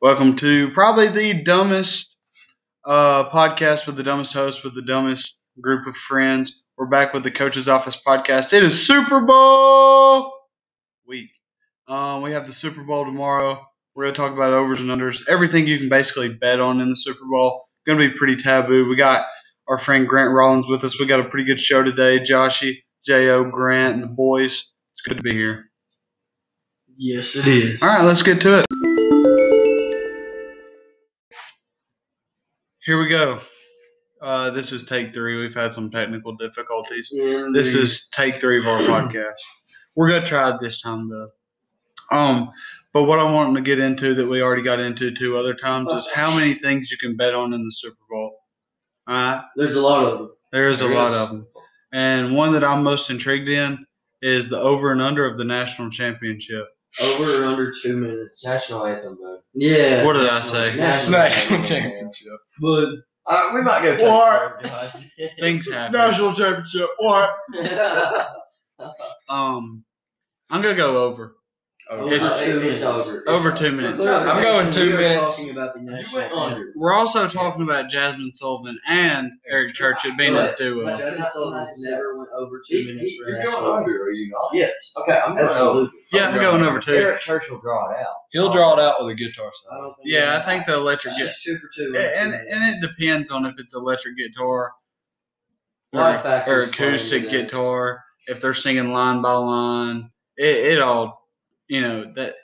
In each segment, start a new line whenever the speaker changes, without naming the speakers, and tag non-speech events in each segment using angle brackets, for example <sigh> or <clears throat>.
Welcome to probably the dumbest uh, podcast with the dumbest host, with the dumbest group of friends. We're back with the Coach's Office podcast. It is Super Bowl week. Um, we have the Super Bowl tomorrow. We're going to talk about overs and unders, everything you can basically bet on in the Super Bowl. Going to be pretty taboo. We got our friend Grant Rollins with us. We got a pretty good show today. Joshy, J.O., Grant, and the boys. It's good to be here.
Yes, it is.
All right, let's get to it. Here we go. Uh, this is take three. We've had some technical difficulties.
And
This
the-
is take three of our
Mm.
podcast. We're gonna try it this time though. Um, but what I'm wanting to get into that we already got into two other times is how many things you can bet on in the Super Bowl. All right,
There's a lot of them.
there is a
There
lot
is.
of them, and one that I'm most intrigued in is the over and under of the national championship.
Over or under two minutes.
National anthem, though.
Yeah.
What did I say?
National championship.
<laughs>
<laughs>
But
Uh, we might go. to
Or-
the guys.
Things happen.
championship. What?
Um, I'm gonna go over.
Uh,
It's-
it- it's over. It's
Over two minutes.
I'm going two
We are
minutes.
Talking about the
You
national
went
anthem.
under.
We're also talking about Jasmine Sullivan and Eric Churchill being up to uh,
But
it.
Justin Sullivan's never went over two
You-
minutes
you-
for a
You're
national
going
anthem.
under, are you not?
Yes.
Okay, I'm going over.
Absolutely.
Yeah, I'm going over two.
Eric Church will draw it out.
He'll draw it out with a guitar
I
solo.
don't think
Yeah, I think the electric.
It's
Get-
just two for two. on
and
two
and it depends on if it's electric guitar
Line
or, or
factors playing
acoustic
in this.
guitar. If they're singing line by line, it it all you know that it,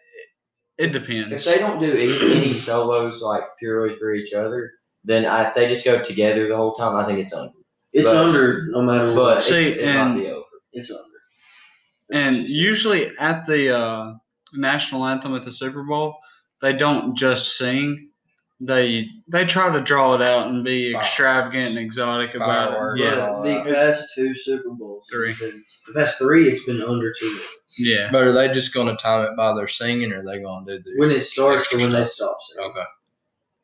it
If
depends.
they don't do any, any solos like purely for each other, then I, if they just go together the whole time, I think it's under.
It's
But-
under no matter
But
what.
See,
it's, it might
and-
be over.
It's under.
And usually at the uh, national anthem at the Super Bowl, they don't just sing. They they try to draw it out and be
Fireworks.
extravagant and exotic about
Fireworks.
it. Yeah,
Yeah.
The past two Super Bowls.
Three.
it's been- The past three, it's been under two minutes.
yeah.
But are they just gonna time it by their singing, or are they gonna do the?
When it starts to when they stop. singing.
Okay.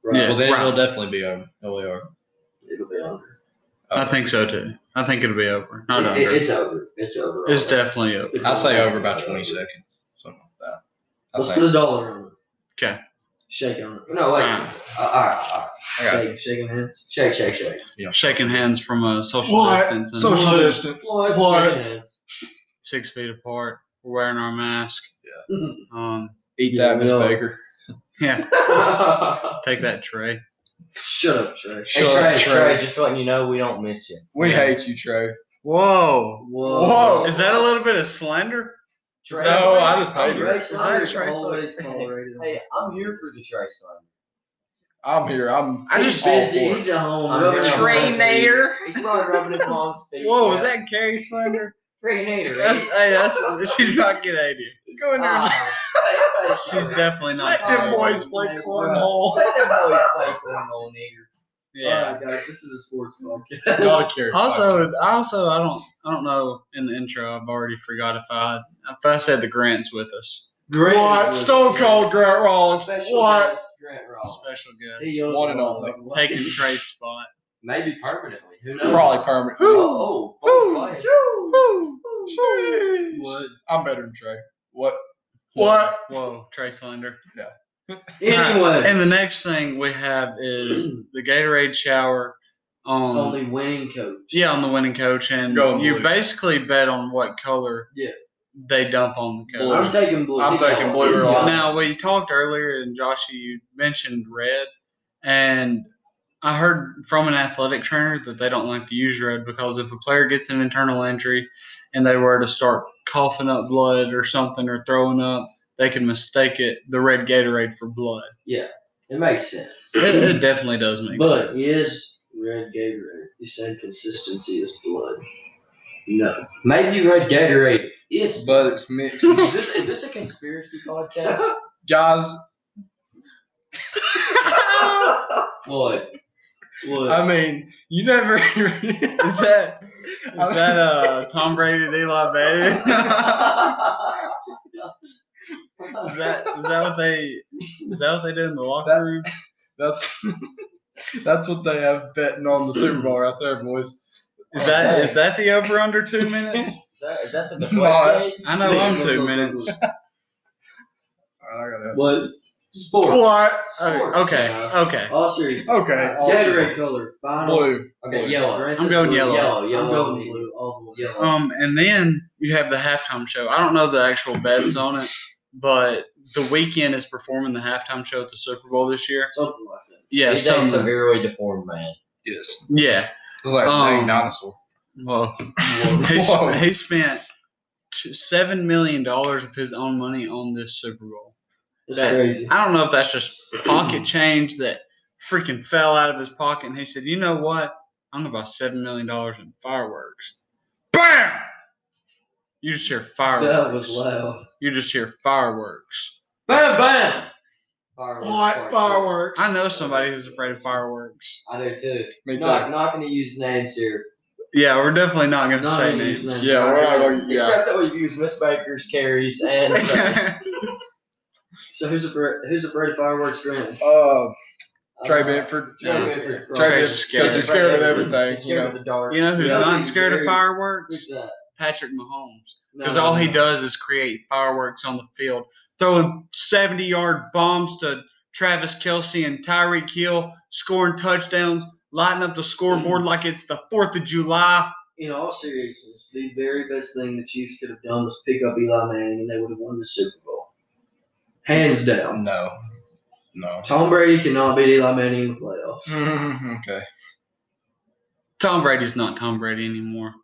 Right.
Yeah.
Well, then
right.
it'll definitely be over. It'll be over.
It'll be under.
I
Okay.
think so too. I think it'll be over. Not
It-
under.
it- it's over. It's over.
it's
already.
definitely over.
I say over by 20 seconds, something like that.
Let's
I
put
think.
a dollar on it.
'Kay.
Shake on it.
No, wait.
Alright.
Uh, all right, all right.
I got
Shake, shaking hands.
Shake, shake, shake. <laughs>
Shaking hands from a social distance and
Social
distance.
What? Shaking hands.
six feet apart. We're wearing our mask.
Mm-hmm.
Um,
Eat
Yeah,
that, Miss
no.
Baker.
yeah,
hey,
take that tray.
Shut up, Trey.
Shut
Trey,
up,
Trey,
Trey.
just letting you know, we don't miss you.
We hate you, Trey.
Whoa.
Whoa.
Is that a little bit of slander?
Trey,
No, I just hate
Trey
you.
Slider is
Trey Slider.
always tolerated.
Hey, I'm here for the Trey son.
I'm here. <laughs> I'm.
I
He's
just-
all
busy.
for it.
He's at home.
I'm
rubbing
here.
his
Trey
hands.
Nader. He's probably rubbing his mom's feet.
<laughs> Whoa, is that Carrie slander?
Trey Nader? Uh,
That's, hey, that's she's not good at it.
Go
Ah.
in there. and
<laughs> She's definitely not.
Let them
good.
boys play cornhole.
Let them boys play cornhole, Nader.
Yeah.
Alright, guys, this is a sports
Y'all
podcast.
care.
Also, I also I don't I don't know in the intro. I've already forgot if I if I said the Grants with us.
Great.
What? Stone Cold Grant Rollins.
Special
What?
guest, Grant Rollins.
Special guest
He owns
One and
the
only.
world.
taking Trey's
<laughs>
spot.
Maybe permanently. Who knows?
Probably permanent.
Oh, oh, full
What?
I'm better than Trey. What? What?
Whoa, Trey slander.
Anyway.
And the next thing we have
<clears throat>
is the Gatorade shower. Um,
only winning coach.
yeah, on the winning coach, and
Go
you
blue.
basically bet on what color
Yeah.
they dump on the
Blue.
coach.
I'm taking blue.
I'm taking blue or
Yeah.
orange.
Now we talked earlier, and Josh, you mentioned red, and I heard from an athletic trainer that they don't like to use red because if a player gets an internal injury and they were to start coughing up blood or something or throwing up, they could mistake it the red Gatorade for blood.
It makes sense.
It, it definitely does make
But
sense.
he is red Gatorade. The same consistency as blood. <laughs> No.
Maybe you read Gatorade. It's
But
<laughs>
it's mixed.
is this is this a conspiracy podcast?
Guys,
what?
What?
I mean, you never. <laughs>
Is that is that uh Tom Brady and Eli Manning? is that is that what they is that what they do in the locker room?
That's <laughs> that's what they have betting on the Super Bowl right there, boys.
Is that is that the over under two minutes?
Is that, is that the
No, I-
deflate
I know I'm two minutes.
All right, I gotta.
What?
Sports.
What?
Sports,
uh, okay.
yeah.
Okay.
All series.
Okay. all
Gatorade color. Final.
Blue.
Okay,
Blue.
yellow.
Grass
I'm
is
going
blue.
yellow.
Yellow,
I'm
yellow.
going blue. All the way.
Yellow.
Um, and then you have the halftime show. I don't know the actual bets on it, but the weekend is performing the halftime show at the Super Bowl this year.
Something like that.
Yeah,
He's a
some,
severely deformed man.
Yes.
yeah.
It's like a dang
Um,
dinosaur.
Well,
Whoa.
he,
Whoa.
sp- he spent t- seven million dollars of his own money on this Super Bowl.
It's
That-
crazy.
I don't know if that's just <clears throat> pocket change that freaking fell out of his pocket, and he said, "You know what? I'm gonna buy seven million dollars in fireworks." Bam! You just hear fireworks.
That was loud.
You just hear fireworks.
Bam, bam.
What? Fireworks.
I know somebody who's afraid of fireworks.
I do too.
Me too.
Not, not going to use names here.
Yeah, we're definitely not going to
Not
say
gonna use
names.
names.
Yeah, we're not going.
Except that we've used Miss Baker's carries
<laughs>
and. uh,
Yeah.
So who's a who's afraid of fireworks? Grant.
Uh, Trey
Uh,
Benford.
Yeah.
Trey Benford.
Trey
Trey's
Benford.
scared.
Because he's scared of everything.
He's
You
scared
know?
of the
<laughs>
dark.
you know who's
Yeah.
not scared of
Very-
fireworks?
Who's that?
Patrick Mahomes,
No,
because all
no,
he
no.
does is create fireworks on the field, throwing seventy-yard bombs to Travis Kelsey and Tyreek Hill, scoring touchdowns, lighting up the
Mm-hmm.
scoreboard like it's the Fourth of July.
In all seriousness, the very best thing the Chiefs could have done was pick up Eli Manning, and they would have won the Super Bowl, hands down.
No. No.
Tom Brady cannot beat Eli Manning in the playoffs.
okay.
Tom Brady's not Tom Brady anymore.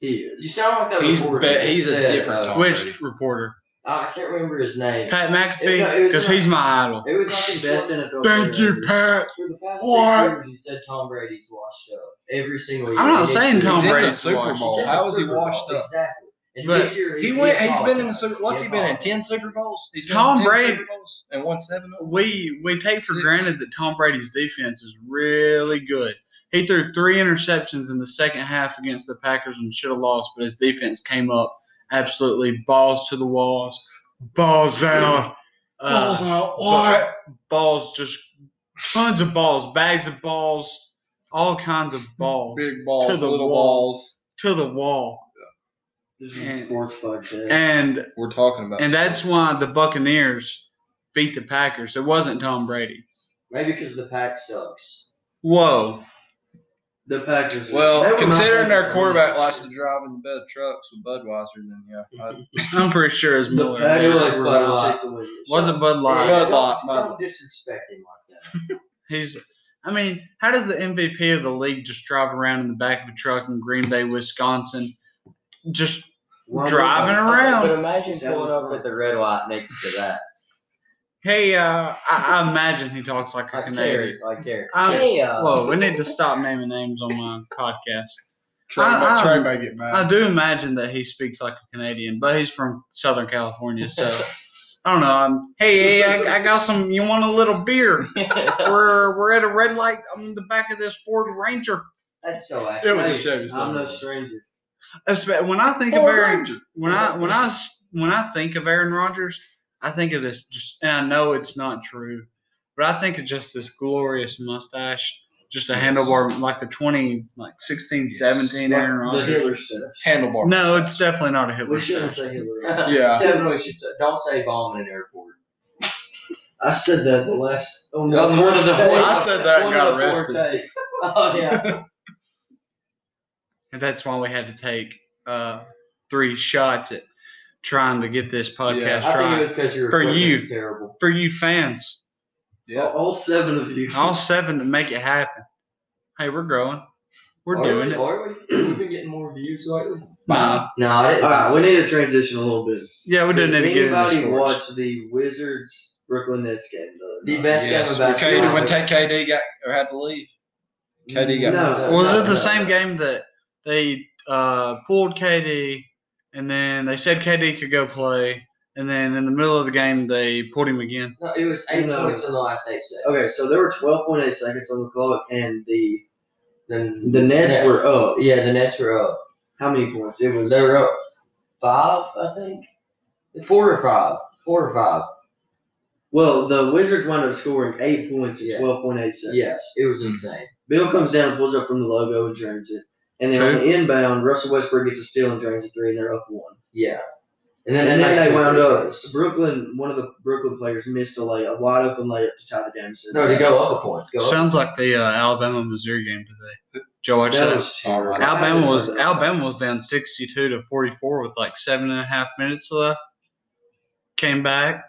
He
You
is.
sound like that
He's
reporter
ba-
that
he's a
said,
different
uh,
Tom
Which
Brady.
reporter?
I can't remember his name.
Pat
It- no, it
McAfee,
was
because
not-
he's my idol.
It was like
The
in
best
best.
NFL.
Thank
player
you,
ever.
Pat.
For the past
What?
six years, you said Tom Brady's washed up every single year.
I'm not
He
saying
didn't-
Tom
He's in the
Brady's
Super
washed.
Bowl.
He's in the
How is he
Super Bowl,
washed up?
Exactly. And
But
this year
He went. He's been in the
apologized.
Super. What's he been in?
apologized.
Ten Super Bowls. He's been
Tom
in 10
Brady-
Super Bowls and won seven. of them?
we we take for
Six.
granted that Tom Brady's defense is really good. He threw three interceptions in the second half against the Packers and should have lost, but his defense came up absolutely balls to the walls, balls out,
Uh,
balls,
out.
balls just tons of balls, bags of balls, all kinds of balls
Big
To
balls,
the
little
wall.
balls.
to the wall,
This is a sports podcast.
and
We're talking about.
and that's why the Buccaneers beat the Packers. It wasn't Tom Brady.
Maybe because the pack sucks.
Whoa.
The Packers. They
Well,
were not
considering
playing
our quarterback
the
likes to drive in the bed trucks with Budweiser, then yeah. I-
I'm pretty sure it's
The
Miller.
Packers-
Packers
It
were
was Bud
not
Light.
picked to win this.
Wasn't Bud Light.
Yeah.
don't-
Lot,
don't,
Lot.
disrespect him like that.
He's, I mean, how does the MVP of the league just drive around in the back of a truck in Green Bay, Wisconsin? Just
Well,
driving
I'm-
around.
But imagine pulling up at the red light next to that.
hey, uh, I, I imagine he talks like a
Like Carrie.
Canadian.
Like Carrie.
Um,
hey, uh,
Whoa, we need to stop naming names on my podcast.
Trey,
I-
Trey
I'm-
may get mad.
I do imagine that he speaks like a Canadian, but he's from Southern California,
<laughs>
so I don't know. I'm, hey, hey, I, I got some. You want a little beer?
<laughs>
We're we're at a red light on the back of this Ford Ranger.
That's so accurate.
it was a
Hey,
Chevy.
I'm no
Suburban.
stranger.
Espe- When I think of
Ford
Aaron,
Ranger.
when I when I s- when I think of Aaron Rodgers, I think of this just, and I know it's not true, but I think of just this glorious mustache, just a handlebar like the twenty, like 16,
Yes.
17 Aaron
the
Rodgers.
Hitler stuff.
handlebar.
No, it's definitely not a
We
Hitler.
shouldn't
mustache.
say Hitler.
<laughs>
Yeah.
Definitely should. say- Don't say bomb in an airport.
I said that the last. Oh no.
One of the
Hey,
four-
I said that and
one
got
of the four
arrested.
takes. <laughs> Oh yeah.
And that's why we had to take uh, three shots at trying to get this
Yeah,
podcast
I think it
right
was because your
For
equipment's
you.
terrible.
for you fans,
Yeah.
All seven of you.
all seven to make it happen. Hey, we're growing, we're
Are
doing
we,
it.
Are we? We've been getting more views lately.
Nah.
No, I didn't.
<laughs> All right, we need to transition a little bit.
Yeah, we didn't
Did
need to get into
anybody
sports.
watch the Wizards Brooklyn Nets game? The,
The best
Yes,
game
when
about
KD, when
basketball.
K- KD got or had to leave. KD got-
No.
Was
no,
it the
no,
same
no.
game that they uh, pulled KD and then they said KD could go play, and then in the middle of the game they pulled him again?
No, it was eight
No. Oh,
points in the last eight seconds.
Okay, so there were 12.8 seconds on the clock, and the
Then
the Nets
Yeah.
were up.
yeah, the Nets were up.
How many points? It was
They were up five, I think. Four or five. Four or five.
well, the Wizards wound up scoring eight points in
Yeah.
12.8 seconds.
Yes, it was insane.
Bill comes down, pulls up from the logo, and drains it. And then on the inbound, Russell Westbrook gets a steal and drains a three, and they're up one.
Yeah. And then,
And then
like,
they wound up.
Patriots.
Brooklyn, one of the Brooklyn players missed a lay, a wide open layup to tie the game. So
No, to go up a point. Go up.
Sounds like the uh, Alabama Missouri game today. Joe, watch
That
that.
was
Alright.
Alabama
that
was Alabama was down sixty two to forty four with like seven and a half minutes left. Came back,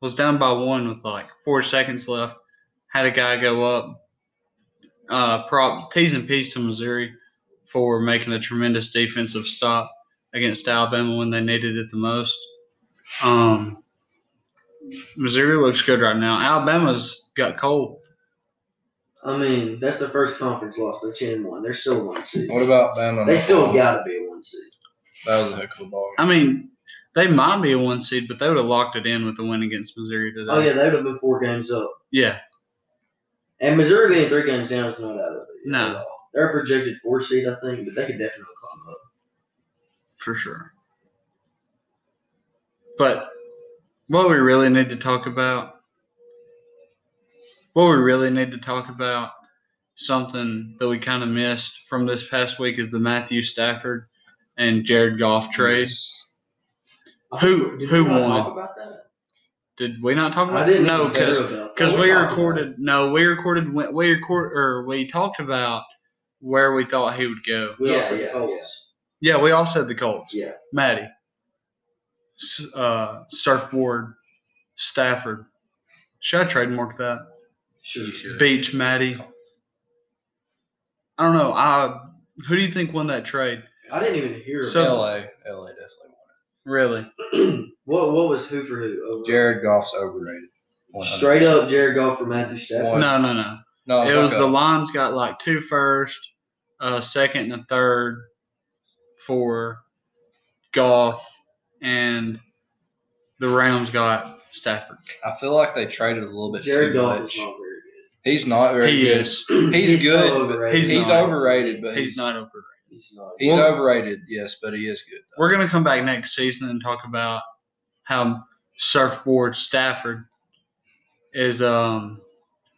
was down by one with like four seconds left. Had a guy go up. Uh, prop T's and P's to Missouri for making a tremendous defensive stop against Alabama when they needed it the most. Um, Missouri looks good right now. Alabama's got cold.
I mean, that's the first conference loss. They're ten one. They're still a one seed.
What about Bama?
They still got to be a one seed.
That was a heck of a ball.
I mean, they might be a one seed, but they would have locked it in with the win against Missouri today.
Oh yeah, they would have been four games up.
Yeah.
And Missouri being three games down is not out of it.
No.
at all. They're a projected four seed, I think, but they could definitely climb up.
for sure. But what we really need to talk about, what we really need to talk about, something that we kind of missed from this past week is the Matthew Stafford and Jared Goff trade. Who-
Did
who
we not talk
won?
about that?
Did we not talk
I
about?
didn't
no,
even care
because
about that.
Because
Well,
we
we talked
recorded, no, we recorded, when- we record, or we talked about where we thought he would go.
we
Yeah,
also
yeah,
Colts.
Yeah, we all said the Colts.
Yeah.
Maddie, S- uh, surfboard, Stafford. Should I trademark that?
Sure.
You should.
Beach, Maddie. I don't know. I who do you think won that trade?
I didn't even hear.
So-
LA, LA definitely won.
Really?
about- what what was who for who? Over-
it. Jared Goff's overrated. 100%.
Straight up, Jared Goff for Matthew Stafford.
One.
No, no, no.
No,
It was
like
the
a-
Lions got like two first, a second and a third for golf, and the Rams got Stafford.
I feel like they traded a little bit
Jared
too
Goff
much.
is not very
He's not very
he
good.
is.
good.
He's good, but
overrated.
he's
He's
not.
overrated, but
He's not over.
He's not.
He's
Well-
overrated, yes, but he is good.
We're gonna come back next season and talk about how surfboard Stafford is um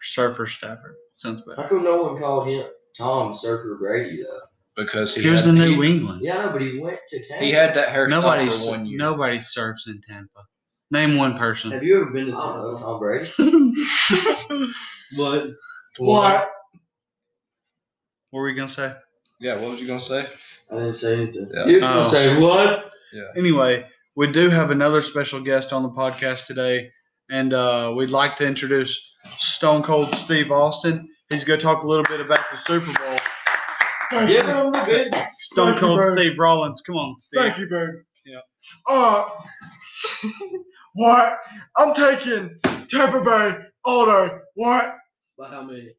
surfer Stafford. Sounds better.
How come no one called him Tom Surfer Brady though?
because he,
He was
had,
in New
he,
England.
Yeah, no, but he went to Tampa.
he had that hairstyle
Nobody
for
s-
one year.
nobody surfs in Tampa. Name one person. <laughs>
Have you ever been to
I don't know,
Tampa?
Tom Brady.
What?
What were we gonna say?
Yeah, what was you gonna say?
I didn't say anything.
Yeah.
You
Oh.
say what?
anyway, we do have another special guest on the podcast today, and uh, we'd like to introduce Stone Cold Steve Austin. He's going to talk a little bit about the Super Bowl.
Give him the business.
Stone
Thank you,
Cold
bro.
Steve Rollins, come on, Steve.
Thank you, babe.
Yeah.
Uh, <laughs> what? I'm taking Tampa Bay all day. What?
By how many?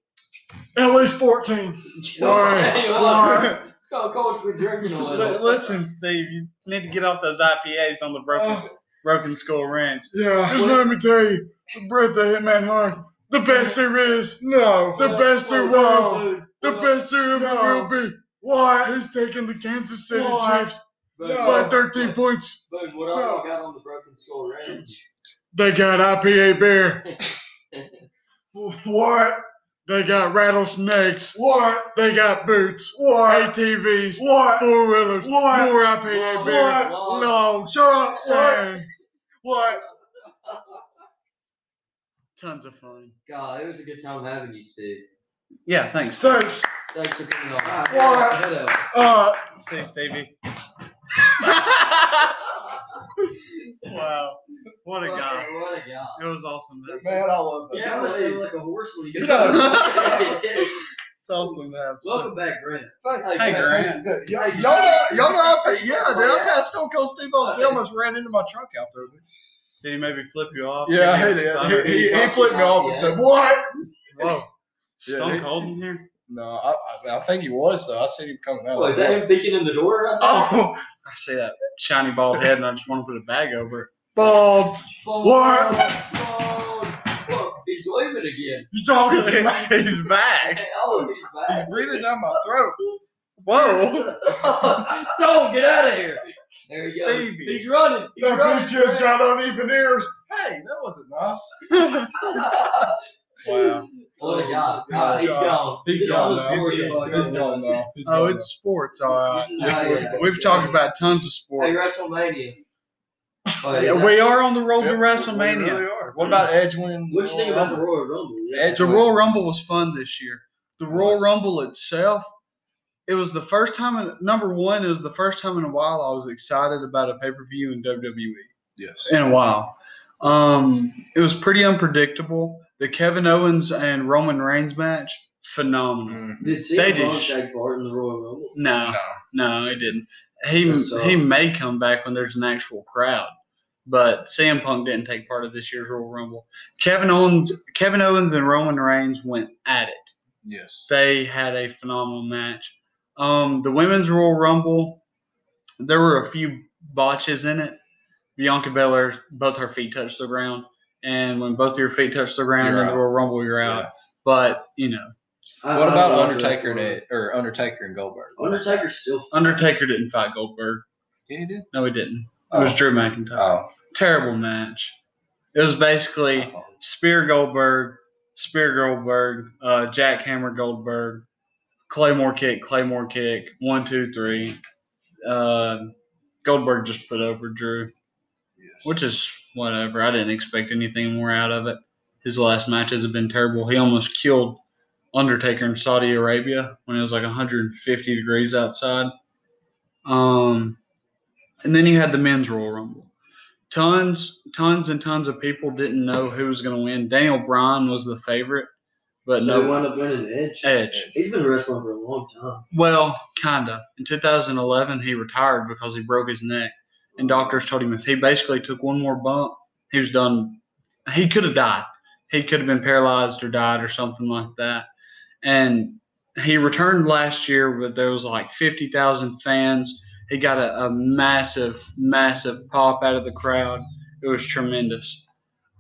At least
<laughs>
14.
<laughs> Hey, look,
Why?
it's called coach for drinking a
Li-
little.
Listen, Steve, you need to get off those IPAs on the broken
Uh,
broken skull ranch.
yeah, just let me tell you, the bread the Hitman hung, the best there is, No. the best there was, the best there No. ever will be. Why? He's taking the Kansas City Why? Chiefs
No.
by 13 points.
But what else I got on the Broken Skull Ranch?
They got IPA beer. <laughs> What? They got rattlesnakes. What? They got boots. What? ATVs. What? Four wheelers. What? More IPA beer. What? No, shut up, Sam. Sam. What?
Tons of fun.
God, it was a good time having you, Steve.
Yeah, thanks.
Thanks.
Thanks for coming on.
What?
Uh,
See,
<laughs>
Stevie. wow, what a guy.
What a guy.
It was awesome. man.
man, I love that.
Yeah, I was sound like a horse when you get
<laughs>
<laughs>
It's awesome to have. some-
Welcome back, Grant.
Thank
Hey, Grant.
you. Y'all, y'all, know- y'all know I said, yeah, dude, I passed Stone Cold Steve Austin. He almost ran into my truck out there.
Did he maybe flip you off?
Yeah, he
Maybe
<laughs>
stun
did. He, he,
you?
he flipped me off and said, what?
Whoa.
Yeah,
Stone
he-
Cold in here?
No, I, I, I think he was though. I seen him coming out.
Oh, is that him peeking in the door? right there?
Oh,
I see that shiny bald head and I just want to put a bag over it.
Bob,
Phone,
What?
Oh.
phone, phone. Oh, He's leaving again.
you talking
<laughs>
smack?
He's back.
Oh, he's
He's
back.
breathing down my throat.
Whoa.
<laughs> so get out of here. There he goes.
Stevie.
He's running. He's
That
running. <laughs>
big kid's got uneven ears.
Hey, that wasn't nice.
Wow.
what a guy.
God.
God, he's gone.
He's
He's
gone
gone.
now.
He's gone.
He's gone now. He's
Oh,
gone
it's sports, all right.
This is how he
We've talked about tons of
Hey,
sports.
WrestleMania. But
Yeah, we are on the road to WrestleMania.
We really are.
What about Edge winning?
What you think about the Royal Rumble? Yeah.
Edge
The Royal Rumble was fun this year. The Royal Rumble itself, it was the first time. In, number one, it was the first time in a while I was excited about a pay per view in WWE
Yes.
in a while. Um, it was pretty unpredictable. The Kevin Owens and Roman Reigns match, phenomenal.
Mm.
Did
They
Cena
did
Punk
sh-
take part in the Royal Rumble?
No,
No.
no, he didn't. He
That's, uh,
he may come back when there's an actual crowd, but CM Punk didn't take part of this year's Royal Rumble. Kevin Owens, Kevin Owens and Roman Reigns went at it.
Yes.
They had a phenomenal match. Um, the women's Royal Rumble, there were a few botches in it. Bianca Belair, both her feet touched the ground, and when both your feet touch the ground
You're
in the
out.
Royal Rumble, you're out. But you know,
I-
What
I
about
watch
Undertaker and
wrestling.
Ed, or Undertaker and Goldberg?
Undertaker's still.
Undertaker didn't fight Goldberg.
Yeah, he did.
No, he didn't. It was
Oh.
Drew McIntyre.
Oh.
terrible match. It was basically Spear Goldberg, Spear Goldberg, uh, Jackhammer Goldberg, Claymore kick, Claymore kick, one, two, three. Uh, Goldberg just put over Drew, which is whatever. I didn't expect anything more out of it. His last matches have been terrible. He almost killed Undertaker in Saudi Arabia when it was like 150 degrees outside. Um, and then you had the men's Royal Rumble tons, tons and tons of people didn't know who was going to win. Daniel Bryan was the favorite, but
so
no
he wound up winning Edge.
Edge.
He's been wrestling for a long time.
Well, kinda. In 2011, he retired because he broke his neck, and doctors told him if he basically took one more bump, he was done. He could have died. He could have been paralyzed or died or something like that. And he returned last year, but there was like 50,000 fans. He got a, a massive, massive pop out of the crowd. It was tremendous.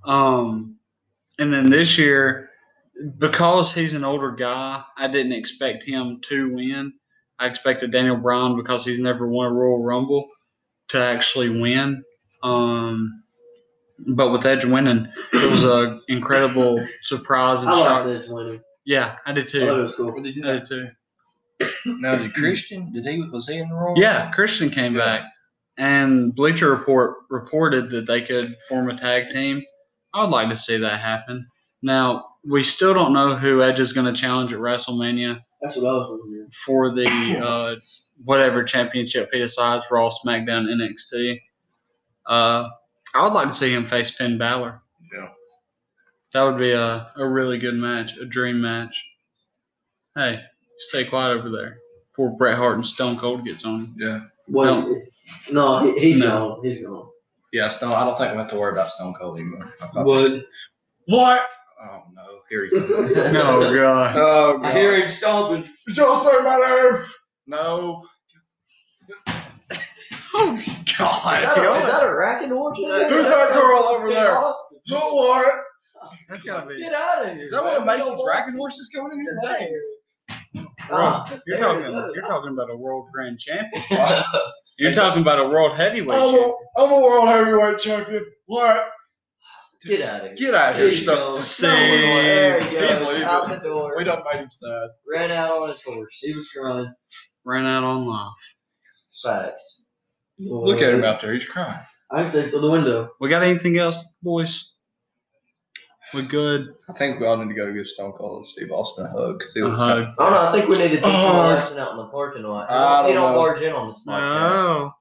Um, and then this year, because he's an older guy, I didn't expect him to win. I expected Daniel Bryan because he's never won a Royal Rumble to actually win. Um, but with Edge winning, it was an incredible surprise and
I
shock.
liked Edge winning.
Yeah, I did
I thought it
too.
was cool.
What did
I did too.
Now, did Christian? Did he? Was he in the Royal?
Yeah, Christian came
Yeah.
back, and Bleacher Report reported that they could form a tag team. I'd like to see that happen. Now we still don't know who Edge is going to challenge at WrestleMania.
That's what I was wondering.
for the
<coughs>
uh, whatever championship he decides, Raw, SmackDown, NXT. Uh, I would like to see him face Finn Balor.
Yeah.
That would be a, a really good match, a dream match. Hey, stay quiet over there before Bret Hart and Stone Cold gets on him.
Yeah.
Well, no, he, he's
No.
gone. He's gone.
Yeah. Stone. I don't think we have to worry about Stone Cold anymore. I thought-
What?
Oh no. Here
<laughs>
he comes.
<laughs>
<laughs> No, God.
oh
I hear him stomping.
Did y'all say my name?
No.
Is that a, is that a racket horse? in there?
Who's that girl over
Steve
there?
Austin.
Who won?
That's gotta be.
Get out of here.
Is that one
man.
of Mason's
Don't
racket
watch
horses coming in
it.
here?
Get out of
Dang.
here.
Ah,
You're
there
talking.
it
About,
is.
you're talking about a world grand champion. You're talking about a world heavyweight.
I'm
champion.
a, I'm a world heavyweight champion. What?
Get out of here.
Get out of here,
There you
Stone.
go.
Steve.
No one will- there he
He's
goes,
leaving.
Out the door.
We don't make him sad.
Ran out on his horse.
He was crying.
Ran out on life.
Facts.
Look at him out there. He's crying.
I can see through the window.
We got anything else, boys? We good.
I think we all need to go give Stone Cold and Steve Austin a hug. 'cause he
A
was-
hug.
I don't know. I think we need to teach him
Oh.
a lesson out in the parking lot. He
Uh-huh. I
don't, he
don't
don't
know.
barge in on this podcast.
Oh.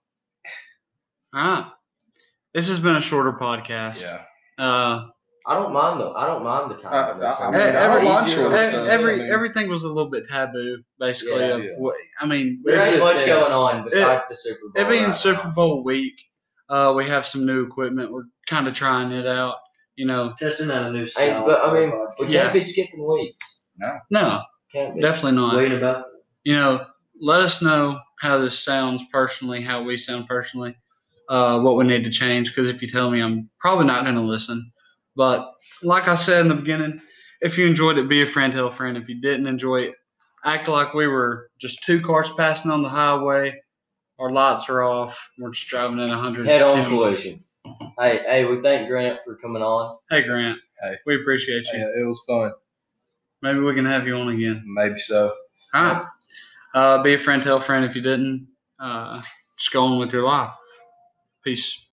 All right. This has been a shorter podcast.
Yeah.
Uh,
I don't mind though. I don't mind the time.
Uh,
on this.
I- I
e-
mean,
every,
don't mind
e-
shorter episodes,
every-
I mean-
everything was a little bit taboo, basically.
Yeah,
of
yeah.
What, I mean,
Yeah.
there ain't much
It-
going on besides the Super Bowl.
it being
right
Super
now.
Bowl week, uh, we have some new equipment. We're kind of trying it out. You know,
Testing out a new
Hey,
style.
but I mean, we
Yeah.
can't be skipping weeks.
no,
Can't be.
definitely not.
waiting about.
you know, let us know how this sounds personally, how we sound personally, uh, what we need to change. Because if you tell me, I'm probably not going to listen. But like I said in the beginning, if you enjoyed it, be a friend, tell a friend. If you didn't enjoy it, act like we were just two cars passing on the highway. Our lights are off. We're just driving at 100.
Head on collision. Hey, hey, we thank Grant for coming on.
Hey, Grant.
Hey.
We appreciate you.
Yeah, it was fun.
Maybe we can have you on again.
Maybe so.
All right. Uh, be a friend, tell a friend. If you didn't, uh, just go on with your life. Peace.